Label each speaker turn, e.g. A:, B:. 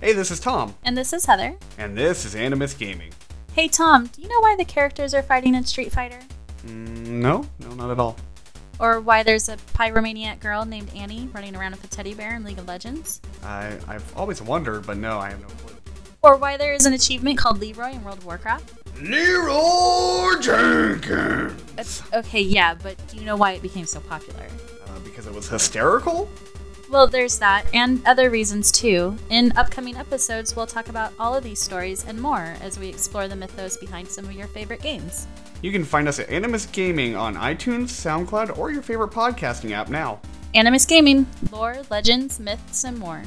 A: Hey, this is Tom,
B: And this is Heather.
A: and this is Animus Gaming.
B: Hey, Tom, do you know why the characters are fighting in Street Fighter?
A: Mm, no, no, not at all.
B: Or why there's a pyromaniac girl named Annie running around with a teddy bear in League of Legends?
A: I, I've always wondered, but no, I have no clue.
B: Or why there is an achievement called Leroy in World of Warcraft?
A: Leroy Jenkins!
B: Okay, yeah, but do you know why it became so popular?
A: Uh, because it was hysterical?
B: Well, there's that, and other reasons too. In upcoming episodes, we'll talk about all of these stories and more as we explore the mythos behind some of your favorite games.
A: You can find us at Animus Gaming on iTunes, SoundCloud, or your favorite podcasting app now.
B: Animus Gaming, lore, legends, myths, and more.